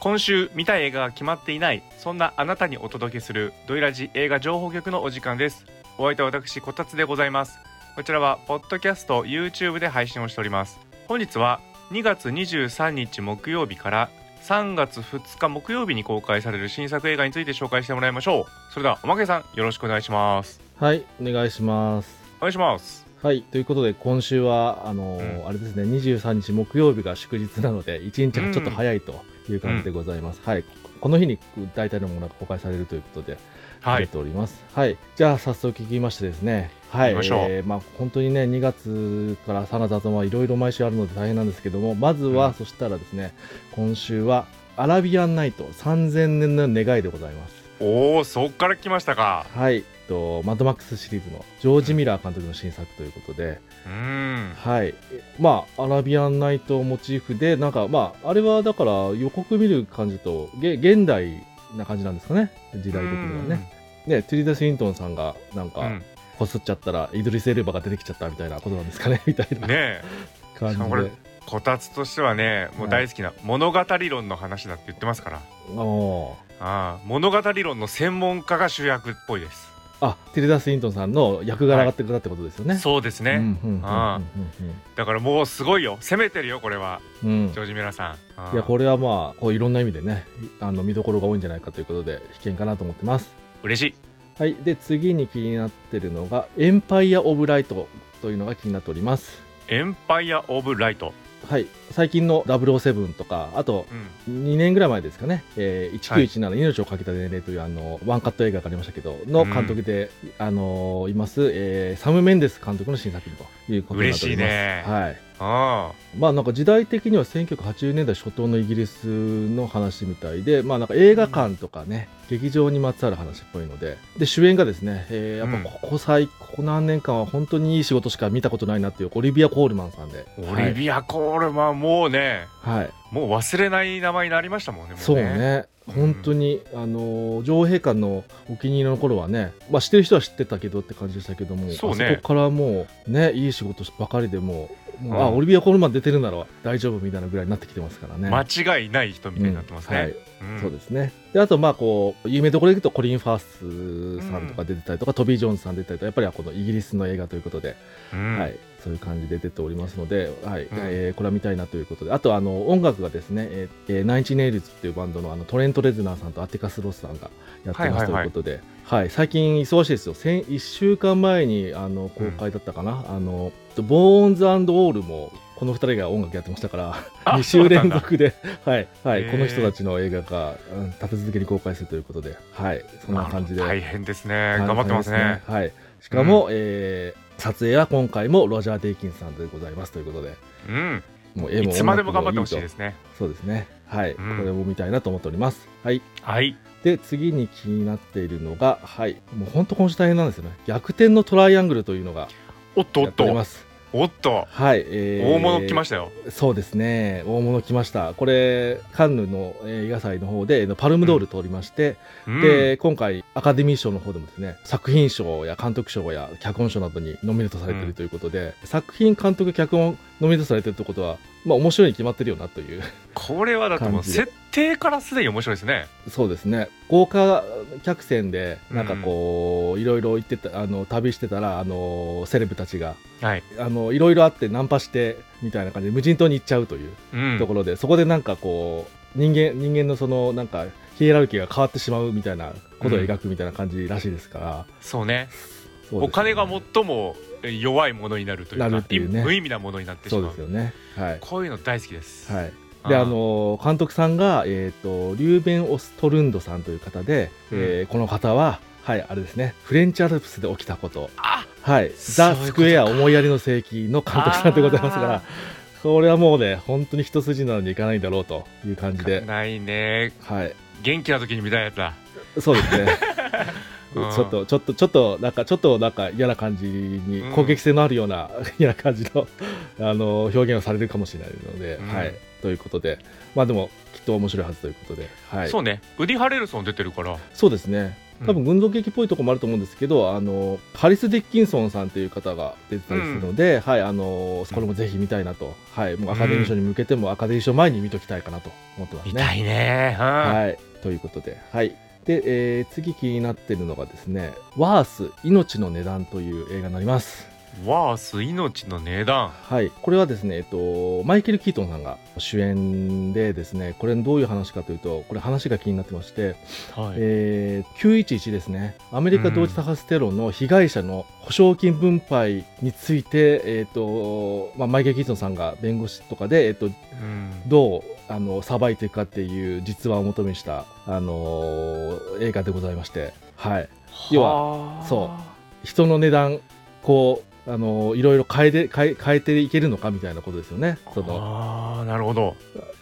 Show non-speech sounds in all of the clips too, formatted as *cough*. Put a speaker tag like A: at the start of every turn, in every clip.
A: 今週見たい映画が決まっていないそんなあなたにお届けするドイラジ映画情報局のお時間ですお相手は私こたつでございますこちらはポッドキャスト YouTube で配信をしております本日は2月23日木曜日から3月2日木曜日に公開される新作映画について紹介してもらいましょうそれではおまけさんよろしくお願いします
B: はい、お願いします。
A: お願いします
B: はい、ということで、今週は、あのー
A: う
B: あれですね、23日木曜日が祝日なので、1日がちょっと早いという感じでございます。はい、この日に大体のものが公開されるということで、
A: は
B: 出
A: い
B: ております。はい、じゃあ早速聞きましてですね、はい、
A: 行きましょう
B: えーまあ、本当にね、2月から3月頭はいろいろ毎週あるので大変なんですけども、まずは、
A: うん
B: そしたらですね、今週は、アラビアンナイト3000年の願いでございます。
A: おおそっから来ましたか
B: はい、えっと、マッドマックスシリーズのジョージ・ミラー監督の新作ということで、
A: うーん
B: はい、まあ、アラビアンナイトをモチーフで、なんか、まあ、あれはだから予告見る感じと、げ現代な感じなんですかね、時代的にはね。ね、ティリダ・スウィントンさんが、なん
A: うんう
B: か
A: ん、
B: こすっちゃったら、イドリス・エルバが出てきちゃったみたいなことなんですかね、みたい
A: ね
B: な
A: え
B: 感じ
A: しかもこれ
B: で。
A: こたつとしてはねもう大好きな物語論の話だって言ってますから
B: おー
A: ああ物語論の専門家が主役っぽいです、
B: あ、ティリダ・スウィントンさんの役柄がってくだってことですよね。
A: そうです
B: う
A: ね、
B: んうんうん
A: あだからもうすごいよ攻めてるよこれは
B: うんうんうん
A: ジョージ・メラさんああ
B: いやこれはまあこういろんな意味でねあの見どころが多いんじゃないかということで危険かなと思ってます
A: 嬉しい
B: はいで次に気になってるのがエンパイア・オブ・ライトというのが気になっております
A: エンパイア・オブ・ライト、
B: はい最近の007とかあと
A: うん、
B: 2年ぐらい前ですかね、えー
A: はい
B: 1917、命をかけた年齢というあのワンカット映画がありましたけどの監督で、あのーいます、えーサム・メンデス監督の新作ということになってお
A: 嬉しい
B: ります
A: ね
B: はい
A: あ
B: まあなんか時代的には1980年代初頭のイギリスの話みたいで、まあなんか映画館とかね、劇場にまつわる話っぽいので、で主演がですね、えーやっぱここ最、ここ何年間は本当にいい仕事しか見たことないなっていうオリビア・コールマンさんで、
A: あオリビア・コールマンもうね
B: はい、はい
A: もう忘れない名前になりましたもんねもうね
B: そうね、本当に、あのー女王陛下のお気に入りの頃はね、まあ知ってる人は知ってたけどって感じでしたけども、
A: そうね
B: あそこからもうね、いい仕事ばかりでもう、もう
A: うん
B: あオリビア・コールマン出てるなら大丈夫みたいなぐらいになってきてますからね。
A: 間違いない人みたいになってます
B: うんは
A: ね
B: い、
A: うん
B: そうですね。で、あと、まあ、こう、有名どころで言うと、コリン・ファースさんとか出てたりとか、トビー・ジョーンズさん出てたりとか、やっぱりはこのイギリスの映画ということで、
A: うん
B: はい、そういう感じで出ておりますので、はい、
A: うん
B: えーこれは見たいなということで、あと、あの、音楽がですね、えーえーナインチネイルズっていうバンドの、あの、トレント・レズナーさんとアティカス・ロスさんがやってま
A: は
B: す
A: いは
B: と
A: い
B: い
A: はいう
B: ことで、はい、最近忙しいですよ。先、1週間前に、あの、公開だったかな、あの、ボーンズオールも、この2人が音楽やってましたから、
A: あ
B: 2週連続で、はい、は
A: へ
B: い、
A: ー
B: この人たちの映画が、うん、立て続けに公開するということで、はい、そんな感じで。
A: あ大変ですね頑張ってます
B: 大変
A: ね
B: ですはい。しかも、えー撮影は今回もロジャー・デイキンさんでございますということで、
A: うん
B: もう絵
A: いつまでも頑張ってほしい
B: 音
A: で
B: 楽
A: すね
B: いいとそうですね。はい、
A: うん
B: これも見たいなと思っております。はい。
A: はい
B: で、次に気になっているのが、はい、もう本当今週大変なんですよね。逆転のトライアングルというのが
A: おっとお
B: や
A: っ
B: っており
A: と
B: ます。
A: おっと
B: はい、えー
A: 大物来ましたよ、
B: そうですね大物来ましたこれカンヌのえー映画祭の方でえーパルムドール取りまして、
A: うん、
B: で今回アカデミー賞の方でもですね作品賞や監督賞や脚本賞などにノミネートされているということで、作品監督脚本ノミネートされてるってことはまあ面白いに決まってるよなという *laughs*
A: これはだってもう
B: 感じで
A: 設定からすでに面白いですね
B: そうですね豪華客船でなんかこう、いろいろ行ってたあの旅してたらあのセレブたちが
A: はい、
B: あのいろいろあってナンパしてみたいな感じで無人島に行っちゃうという。
A: うん、
B: ところで、そこでなんかこう人間人間のそのなんかヒエラルキーが変わってしまうみたいなことを描くみたいな感じらしいですから、
A: そうね
B: そうですよね
A: お金が最も弱いものになるというか
B: なるっていうね
A: い無意味なものになってし
B: そう
A: ま
B: で
A: う
B: すよねはい
A: こういうの大好きです、
B: はいで
A: ー
B: あの監督さんが、えー、とリューベン・オストルンドさんという方で、えーこの方は、はい、あれですねフレンチアルプスで起きたこと
A: あ
B: はい「
A: そういう
B: ザ・
A: ことか
B: スクエア思いやりの世紀」の監督さんでございますから
A: あ
B: これはもうね本当に一筋なのにいかないんだろうという感じで、
A: ないね
B: はい、
A: 元気な時に見たいやつだ
B: そうですね
A: *laughs* うん
B: ちょっとちょっとちょっとなんかちょっとなんか嫌な感じに
A: うん
B: 攻撃性のあるような *laughs* 嫌な感じのあの表現をされるかもしれないので、
A: うん
B: はいということでまあでもきっと面白いはずということで、はい、
A: そうねウディ・ハレルソン出てるから
B: そうですね多分群像劇っぽいとこもあると思うんですけど、あのハリス・ディッキンソンさんという方が出てたりするので、はいあのこれもぜひ見たいなと、はい、もうアカデミー賞に向けてもアカデミー賞前に見ときたいかなと思ってますね。
A: 見たいねうん
B: はい、ということで、はいでえー次気になってるのがですね「ワース命の値段」という映画になります。
A: ワース命の値段
B: はい、これはですね、えっと、マイケル・キートンさんが主演でですねこれどういう話かというとこれ話が気になってまして、
A: は
B: えー911ですねアメリカ同時多発テロの被害者の保証金分配について、えーとまあ、マイケル・キートンさんが弁護士とかで、えー、と
A: うん
B: どうあのさばいていくかっていう実話を求めした、あのー映画でございまして、はい、要
A: は
B: そ人の値段こう、あのーいろいろ変えて変え変えていけるのかみたいなことですよね。その
A: ああなるほど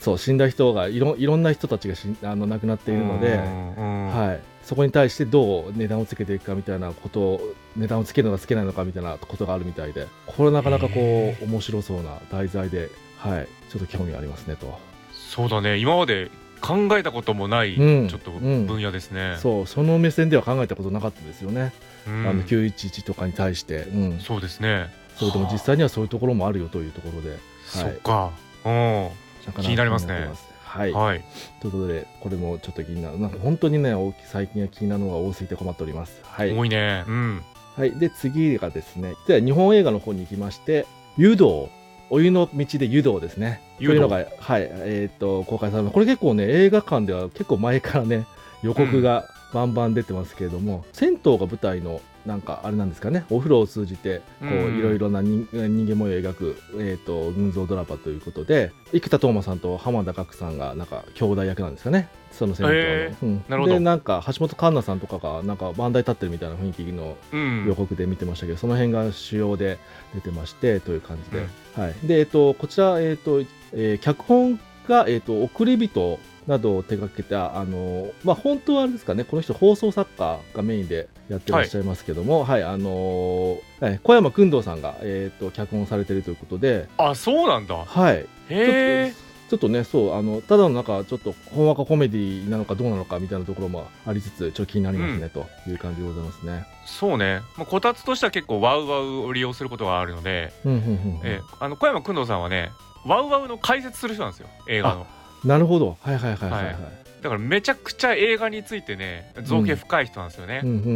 B: そう死んだ人がいろいろんな人たちが死んあの亡くなっているので、
A: うんうん
B: はい、そこに対してどう値段をつけていくかみたいなことを値段をつけるのかつけないのかみたいなことがあるみたいでこれなかなかこう、
A: へ
B: 面白そうな題材で、はい、ちょっと興味ありますねと。
A: そうだね今まで考えたこともない、
B: うん
A: ちょっと
B: うん
A: 分野ですね、
B: そうその目線では考えたことなかったですよね、
A: うん
B: あの911とかに対して、うん、
A: そうですね
B: それとも実際にはそういうところもあるよというところで、
A: そっかうん
B: なかなか
A: 気になりますね
B: 気になってはい、
A: はい
B: ということでこれもちょっと気になるなんか本当にね大き最近は気になるのが多すぎて困っておりますはい、
A: 多いねうん
B: はい、で次がですねでは日本映画の方に行きまして湯道お湯の道で湯道ですね
A: 湯道
B: というのが、はいえー、と公開されますこれ結構ね映画館では結構前からね予告がバンバン出てますけれども、銭湯が舞台のなんかあれなんですかねお風呂を通じて
A: う
B: こうんいろいろな人人間模様を描く、えー、と群像ドラマということで生田斗真さんと浜田岳さんがなんか兄弟役なんですかねその銭湯の、
A: へ
B: うん
A: なるほど
B: でなんか橋本環奈さんとかがなんかバンダイ立ってるみたいな雰囲気の
A: うん
B: 予告で見てましたけど、その辺が主要で出てましてという感じで、
A: う
B: はい、で、えっと、こちら、えっとえー脚本が、えっと、送り人などを手掛けた、あのまあ、本当はあれですかね、この人、放送作家がメインでやってらっしゃいますけども、はいあのはい小山君堂さんが、えっと脚本されてるということで、
A: あそうなんだ
B: はい、
A: へえ
B: ちょっとね、そうあのただのなんか、ちょっとほんわかコメディなのかどうなのかみたいなところもありつつ、ちょっと気になりますね、という感じでございますね。
A: そうね、まあ、こたつとしては結構ワウワウを利用することがあるので、
B: うんうんうんうん
A: えあの小山君堂さんはねワウワウの解説する人なんですよ映画の
B: なるほど、はいはいはいはい、は
A: はいいだからめちゃくちゃ映画についてね造形深い人なんですよね、
B: うんうんうんうんう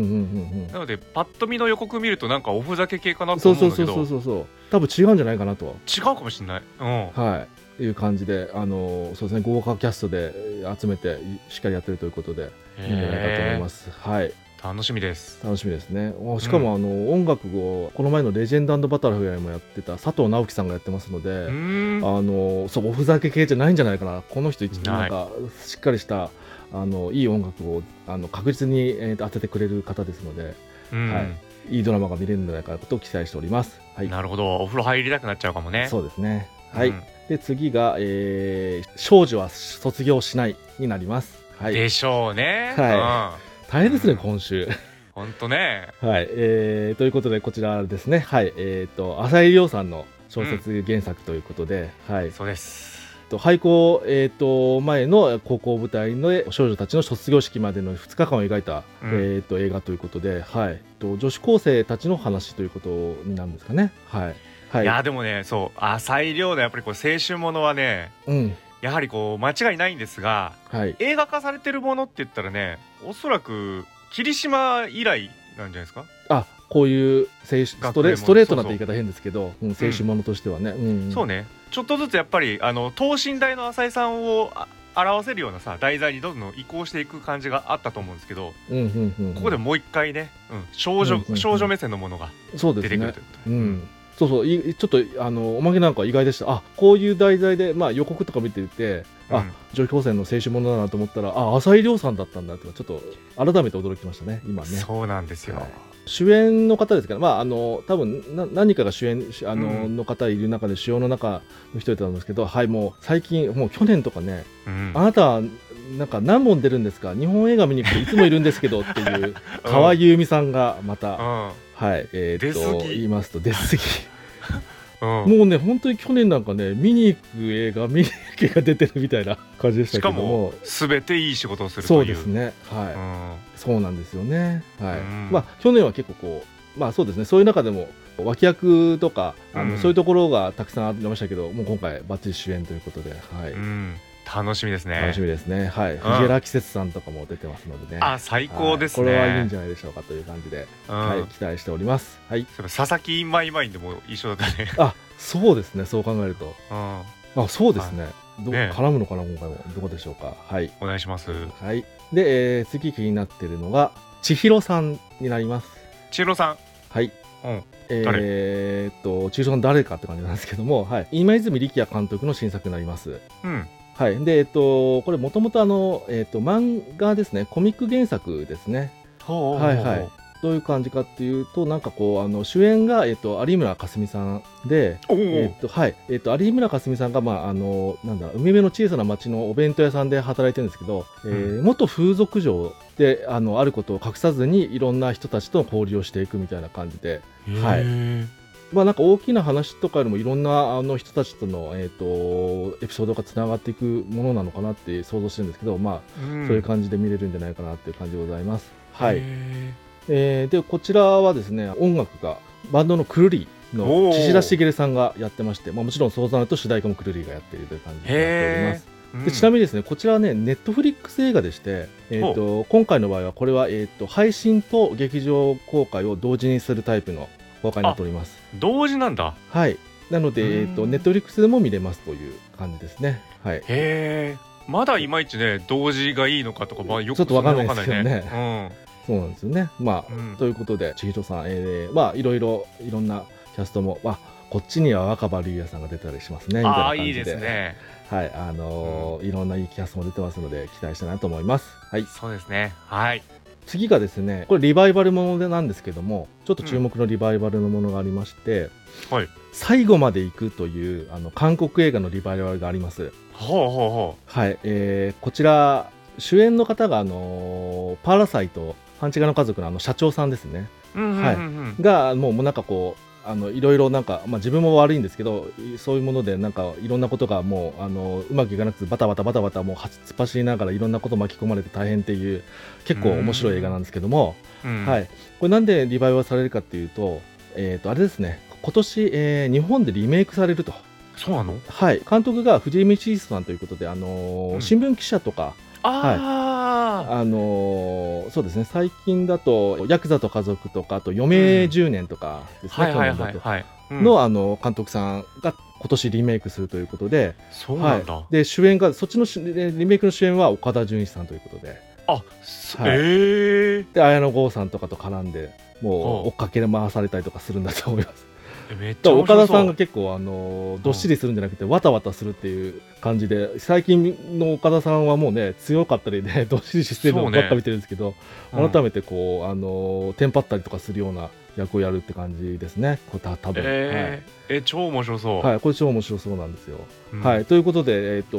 B: ん
A: なのでパッと見の予告見るとなんかおふざけ系かなと
B: そう
A: 思うん
B: そう
A: だ
B: そ
A: け
B: うそう
A: ど
B: そうそう多分違うんじゃないかなと
A: 違うかもしれない、うん、
B: はいいう感じであのそうですね豪華キャストでえー集めていしっかりやってるということでいいんじゃないかと思いますは
A: へ
B: い
A: ー楽しみです
B: 楽しみですねおしかも、あの音楽をこの前の「レジェンドバタフライ」もやってた佐藤直樹さんがやってますの
A: う
B: で、
A: ーん
B: あのそうおふざけ系じゃないんじゃないかなこの人一な
A: なんい
B: かしっかりしたあのいい音楽をあの確実に、えー当ててくれる方ですので
A: うん
B: はい、いいドラマが見れるんじゃないかなと期待しております。はい、
A: なるほどお風呂入りたくなっちゃうかもね
B: そうですね。はい、
A: うん
B: で次が、えー少女は卒業しないになります。はい、
A: でしょうね
B: は大変ですね、
A: うん
B: 今週。
A: うんほんとね
B: *laughs* はい、えーということでこちらですね。はい、えっ、と浅井亮さんの小説原作ということで、はい、
A: そうです
B: と廃校えっ、と前の高校舞台の少女たちの卒業式までの2日間を描いた、
A: うん、
B: えっ、と映画ということで、はい、と女子高生たちの話ということになるんですかね。はい、はいい、
A: やでもねそう浅い量のやっぱりこう青春ものはね
B: うん、
A: やはりこう間違いないんですが
B: はい。
A: 映画化されてるものって言ったらねおそらく霧島以来なんじゃないですか、
B: あこういう青春スト
A: 学園も
B: レストレートなっ
A: そ
B: て
A: うそう
B: 言い方変ですけど、うん、青春ものとしてはね、うん
A: そうねちょっとずつやっぱりあの等身大の浅井さんをあ表せるようなさ題材にどんどん移行していく感じがあったと思うんですけど
B: うんうんうんうん、
A: ここでもう一回ね、うん、少女、
B: うんうんうん
A: 少女目線のものが
B: そうで
A: 出
B: す
A: てくる
B: ね
A: ということ
B: う
A: で
B: んそうそういちょっとあのおまけなんか意外でしたあこういう題材で、まあ、予告とか見てて、
A: う
B: あ
A: ん
B: 女子高生の青春ものだなと思ったらあ浅井亮さんだったんだってちょっと改めて驚きましたね今ね
A: そうなんですよ、
B: はい主演の方ですから、まあ、あの多分な何かが主演しあの,、
A: うん
B: の方いる中で主要の中の一人だと思うんですけど、はい、もう最近もう去年とかね
A: うん
B: あなた、なんか何本出るんですか日本映画見に行くといつもいるんですけ
A: *laughs*
B: どっていう、河合優美さんがまた、
A: うん
B: はい、えーっ
A: 出過
B: と、
A: ぎ
B: 言いますと、出過ぎ。
A: うん
B: もうね本当に去年なんかね見に行く映画見に行く映画出てるみたいな感じでした
A: しか
B: けども
A: も全ていい仕事をする
B: そ
A: と
B: う
A: い
B: で
A: う
B: すねは
A: う
B: い、
A: ん
B: そうなんですよねはい、
A: うん
B: まあ去年は結構こうまあそうですねそういう中でも脇役とかあの、
A: うん
B: そういうところがたくさんありましたけどもう今回バッチリ主演ということではい、
A: うん、楽しみですね
B: 楽しみですねはい、藤原季節さんとかも出てますのでね
A: あ最高です
B: は
A: ね、
B: いこれはいいんじゃないでしょうかという感じで、
A: うん
B: はい、期待しておりますはい
A: そういえば佐々木マイマインでも一緒だったね、
B: あそうですねそう考えると
A: うん、
B: あそうですね、どう
A: ねえ
B: 絡むのかな今回もどこでしょうかはい、
A: お願いします
B: はい、で、えー次気になっているのが千尋さんになります
A: 千尋さん
B: はい
A: うん
B: えーっと千尋さん誰かって感じなんですけども、はい、今泉力也監督の新作になります
A: うん
B: はいでえっとこれもともとあの、えっと漫画ですねコミック原作ですね
A: ほ
B: はいはいどういう感じかっていうとなんかこうあの主演が、えっと有村架純さんで
A: おお、
B: えっとはいえっと有村架純さんが、まあ、あのなんだ海辺の小さな町のお弁当屋さんで働いてるんですけど、えー元風俗嬢であのあることを隠さずにいろんな人たちとの交流をしていくみたいな感じで、はい
A: へー
B: まあ、なんか大きな話とかよりもいろんなあの人たちとの、えっとエピソードがつながっていくものなのかなって想像してるんですけど、まあ、
A: うん
B: そういう感じで見れるんじゃないかなっていう感じでございます。は
A: へ
B: い
A: ー
B: えーでこちらはですね音楽がバンドのくるり
A: お
B: の
A: ー
B: 岸田茂さんがやってまして、まあ、もちろんそうなると主題歌もくるりがやっているという感じになっております。
A: うん
B: でちなみにですねこちらはねネットフリックス映画でして、えー、と今回の場合はこれは、えー、と配信と劇場公開を同時にするタイプの公開になっております。
A: 同時なんだ
B: はいなので、
A: うん
B: えー、とネットフリックスでも見れますという感じですね。はい、
A: へえまだいまいちね同時がいいのかとか、まあ、よく
B: ちょっとわかんない
A: それはわ
B: ですよそうなんですよね。まあ、
A: うん
B: ということで、千尋さん、えーまあ、いろいろ、いろんなキャストも、まあ、こっちには若葉龍也さんが出たりしますね。
A: う
B: み
A: ん、
B: たいな
A: ああ
B: 感じで。
A: いいですね
B: はい、あのーいろんないいキャストも出てますので、期待したいなと思います。はい。
A: そうですねはい
B: 次がですね、これリバイバルものでなんですけども、ちょっと注目のリバイバルのものがありまして、
A: うんはい
B: 最後まで行くという、あの、韓国映画のリバイバルがあります。
A: ほうほうほ
B: はい、えーこちら、主演の方が、あのーパラサイト、半地下の家族のあの社長さんですね。
A: ううんうんうん
B: はい
A: うん
B: がもうもうなんかこうあのいろいろなんか、まあ、自分も悪いんですけどいそういうものでなんかいろんなことがもうあのうまくいかなくてバタバタバタバタもうは突っ走りながらいろんなこと巻き込まれて大変っていう結構面白い映画なんですけども、
A: うん
B: はい、これなんでリバイバルされるかっていうと,、えー、とあれですね今年、えー日本でリメイクされると、
A: そうなの
B: はい、監督が藤井道人さんということで、あのー
A: うん
B: 新聞記者とか
A: あ
B: あのーそうですね最近だと「ヤクザと家族」とかあと「余命10年」とかで
A: あ
B: すね、
A: はい
B: 去
A: はい
B: 年
A: は
B: だ
A: い
B: と
A: はいうん
B: のあの監督さんが今年リメイクするということで,、
A: そうなんだ、
B: で主演がそっちの主えリメイクの主演は岡田准一さんということで
A: あそ
B: はい
A: え
B: で綾野剛さんとかと絡んで
A: ほ
B: も
A: う
B: う追っかけ回されたりとかするんだと思います。
A: えめっち
B: だ
A: ゃ
B: か
A: 面白
B: ら岡田
A: そ
B: さ
A: うん
B: が結構あのーどっしりするんじゃなくてわたわたするっていう感じで最近の岡田さんはもうね強かったりね *laughs* どっしりしてるのばっか見てるんですけど、
A: うん
B: 改めてこうあのーテンパったりとかするような役をやるって感じですねこれた多分、
A: えーえ超面白そう、
B: はい、はい、これ超面白そうなんですよ。
A: うん
B: はい、ということで、えっ、と、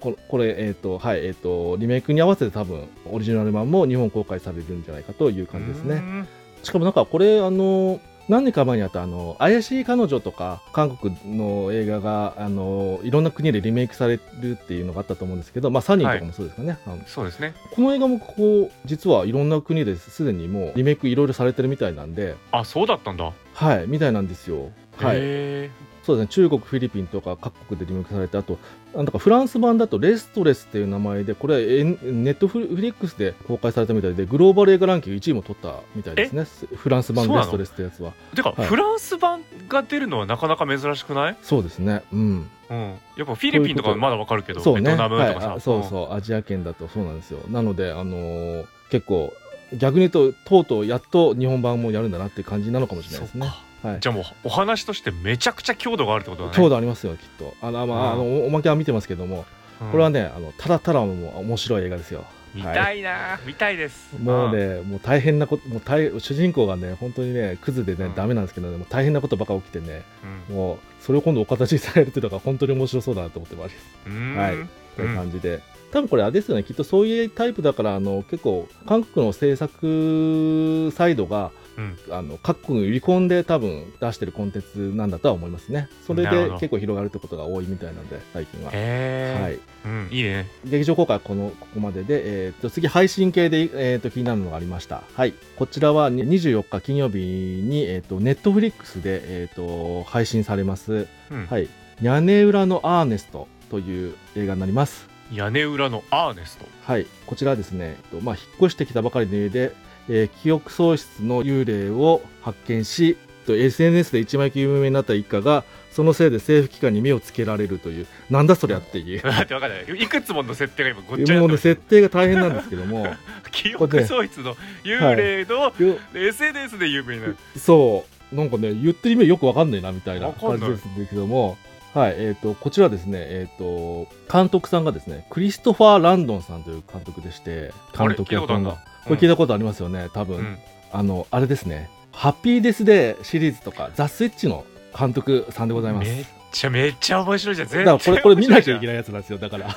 B: ここれ、えっ、と、はい、えっ、と、リメイクに合わせて多分、オリジナル版も日本公開されるんじゃないかという感じです
A: う
B: ね。
A: ん
B: しかもなんか、これ、あの、何年か前にあった、あの、怪しい彼女とか、韓国の映画が、あの、いろんな国でリメイクされるっていうのがあったと思うんですけど、まあ、サニーとかもそうですかね。あの
A: そうですね
B: この映画も、こう、実はいろんな国ですでにもう、リメイクいろいろされてるみたいなんで、
A: あそうだったんだ
B: はい、みたいなんですよ。はい。
A: へ
B: そうですね中国、フィリピンとか各国でリメイクされて、あと、なんだかフランス版だと、レストレスっていう名前で、これ、えネットフリックスで公開されたみたいで、グローバル映画ランキング1位も取ったみたいですね、フランス版
A: そう
B: の
A: なの
B: レストレスってやつは。
A: ーてか、
B: はい
A: フランス版が出るのはなかなか珍しくない、
B: そうですね、うん、
A: うん、やっぱフィリピンとか
B: そういうこと
A: まだわかるけど
B: そう
A: ベ
B: ね、
A: トナムとかさ、
B: はいあ、そうそう、アジア圏だとそうなんですよ。なので、あのー結構、逆に言うと、とうとうやっと日本版もやるんだなって感じなのかもしれないですね
A: そ。っか
B: はい
A: じゃあもうお話としてめちゃくちゃ強度があるってことだね
B: 強度ありますよ、きっと。あの、まあ、あ
A: う
B: のおおまけは見てますけども、
A: うん
B: これはね、あのただただもう面白い映画ですよ。
A: 見
B: はい
A: たいな、見たいです
B: もうね、もう大変なこと、もう大主人公がね、本当にね、クズでね、
A: うん
B: ダメなんですけどね、もう大変なことばっか起きてね、
A: うん
B: もう、それを今度お形にされるっていうのが本当に面白そうだなと思ってます。
A: うん
B: はい
A: うん
B: こういう感じで。多分これあれですよね、きっとそういうタイプだから、あの、結構、韓国の制作サイドが、
A: うん
B: あの各国に売り込んで多分出してるコンテンツなんだとは思いますねそれ
A: なるほ
B: で
A: ど
B: 結構広がるってことが多いみたいなんで最近は、
A: へえ、
B: はい、
A: うん、いいね
B: 劇場公開はこのここまでで、えー、と次配信系で、えー、と気になるのがありました、はい、こちらはに24日金曜日に、えー、とネットフリックスで、えー、と配信されます
A: うん
B: 「はい、屋根裏のアーネスト」という映画になります
A: 屋根裏のアーネスト *laughs*
B: はい、こちらはですね、えっとまあ、引っ越してきたばかりの家で、えー記憶喪失の幽霊を発見し、えっと SNS で一枚有名になった一家が、そのせいで政府機関に目をつけられるという、なんだそりゃっ
A: *laughs*
B: ていう、
A: 待ってわかんないいくつもの設定が今ごっちゃになって
B: もうね、
A: る
B: 設定が大変なんですけど
A: *laughs*
B: も、
A: 記憶喪失の幽霊の SNS で有名になる、
B: そう、なんかね、言ってる意味よくわかんないなみたいな感じですけども、はいえー、とこちらですね、えーと、監督さんがですね、クリストファー・ランドンさんという監督でして、
A: あれ
B: 監督
A: 聞いたことあるな
B: これ聞いたことありますよね、多分、
A: うん
B: あの、あれですね、ハッピーデスデーシリーズとか、ザ・スイッチの監督さんでございます。
A: めっちゃめっちゃ面白いじゃん
B: だ
A: 全
B: から
A: 然
B: これ、これ見なきゃいけ
A: ない
B: ないやつなんですよ、だから。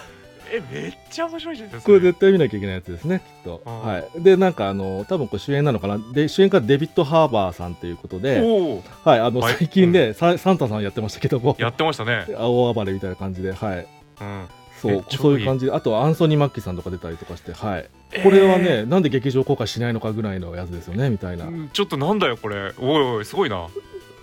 A: えめっちゃ面白いじゃんそれ
B: これ絶対見なきゃいけないやつですね、きっと。
A: うん
B: はい。で、なんか、あの、多分これ主演なのかな。で、主演がデビッド・ハーバーさんということで、
A: おお
B: はい、あの、
A: はい
B: 最近ね、ササンタさんやってましたけども、
A: やってましたね
B: 青暴れみたいな感じで、はい。
A: うん
B: そ
A: え
B: う、
A: 超
B: そうい
A: いうい
B: 感じで、あとはアンソニー・マッキーさんとか出たりとかして、はい。これはね、なんで劇場公開しないのかぐらいのやつですよね、みたい
A: え
B: な
A: ー。うんちょっとなんだよこれおいおいすごいな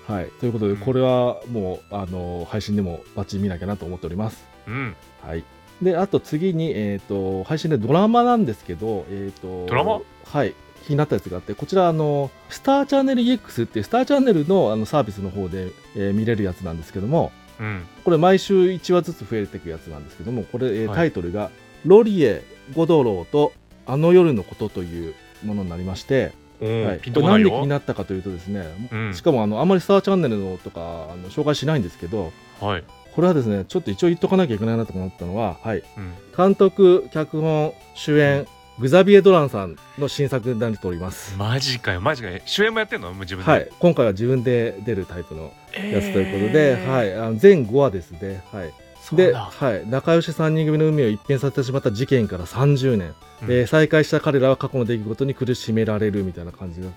B: はい、ということで、これはもう、あの配信でもバッチリ見なきゃなと思っております。
A: うん
B: はい、であと次に、えー、と配信でドラマなんですけど、えー、と
A: ドラマ
B: はい気になったやつがあってこちらあのスターチャンネル EX っていうスターチャンネルのあのサービスの方で、えー見れるやつなんですけども
A: うん
B: これ毎週1話ずつ増えていくやつなんですけどもこれ、えー
A: はい
B: タイトルが「ロリエ・ゴドローとあの夜のこと」というものになりまして、
A: おー
B: はい、
A: ピン
B: ことれ
A: こな
B: ないんで
A: よ
B: 気になったかというとですね、
A: うん
B: しかもあのあんまりスターチャンネルのとかあの紹介しないんですけど
A: はい、
B: これはですねちょっと一応言っとかなきゃいけないなと思ったのは、はい、
A: うん、
B: 監督脚本主演グザビエ・ドランさんの新作になっております、
A: マジかよマジかよ主演もやってんのもう自分で
B: は
A: や
B: い、今回は自分で出るタイプのやつということで、はいい、あの全5話ですね、はい、
A: そう
B: で、
A: だ
B: はい、仲良し3人組の海を一変させてしまった事件から30年、
A: うん
B: えー再会した彼らは過去の出来事に苦しめられるみたいな感じだ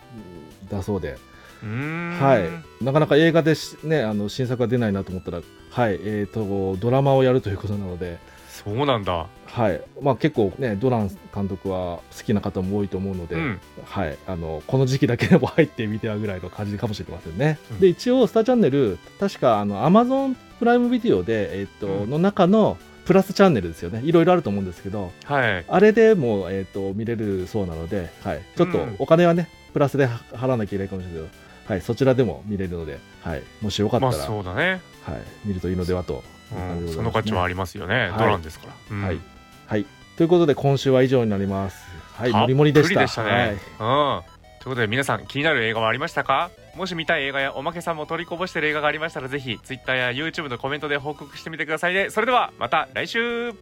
B: だそうで、
A: うーん
B: はい、なかなか映画でし、ね、あの新作が出ないなと思ったら、はいえー、とドラマをやるということなので、
A: そうなんだ
B: はいまあ、結構、ね、ドラン監督は好きな方も多いと思うので、
A: うん
B: はい、あのこの時期だけでも入ってみてはぐらいの感じかもしれませんね。
A: うん
B: で一応スターチャンネル確かあの Amazon プライムビデオで、えっと
A: うん
B: の中のプラスチャンネルですよねいろいろあると思うんですけど
A: はい
B: あれでもう、えっと見れるそうなので、はい、ちょっと
A: うん
B: お金はね、プラスで払わなきゃいけないかもしれないけど。はい、そちらでも見れるので、はい、もしよかった
A: ま
B: ら、
A: あそうだね
B: はい、見るといいのではと、
A: うん、その価値はありますよね、
B: はい
A: ドランですから、うん
B: はい、はい、ということで今週は以上になります。はい、
A: たっ
B: もりもりでした。
A: たっぷりでしたねうんということで皆さん気になる映画はありましたかもし見たい映画やおまけさんも取りこぼしてる映画がありましたらぜひ Twitter や YouTube のコメントで報告してみてくださいねそれではまた来週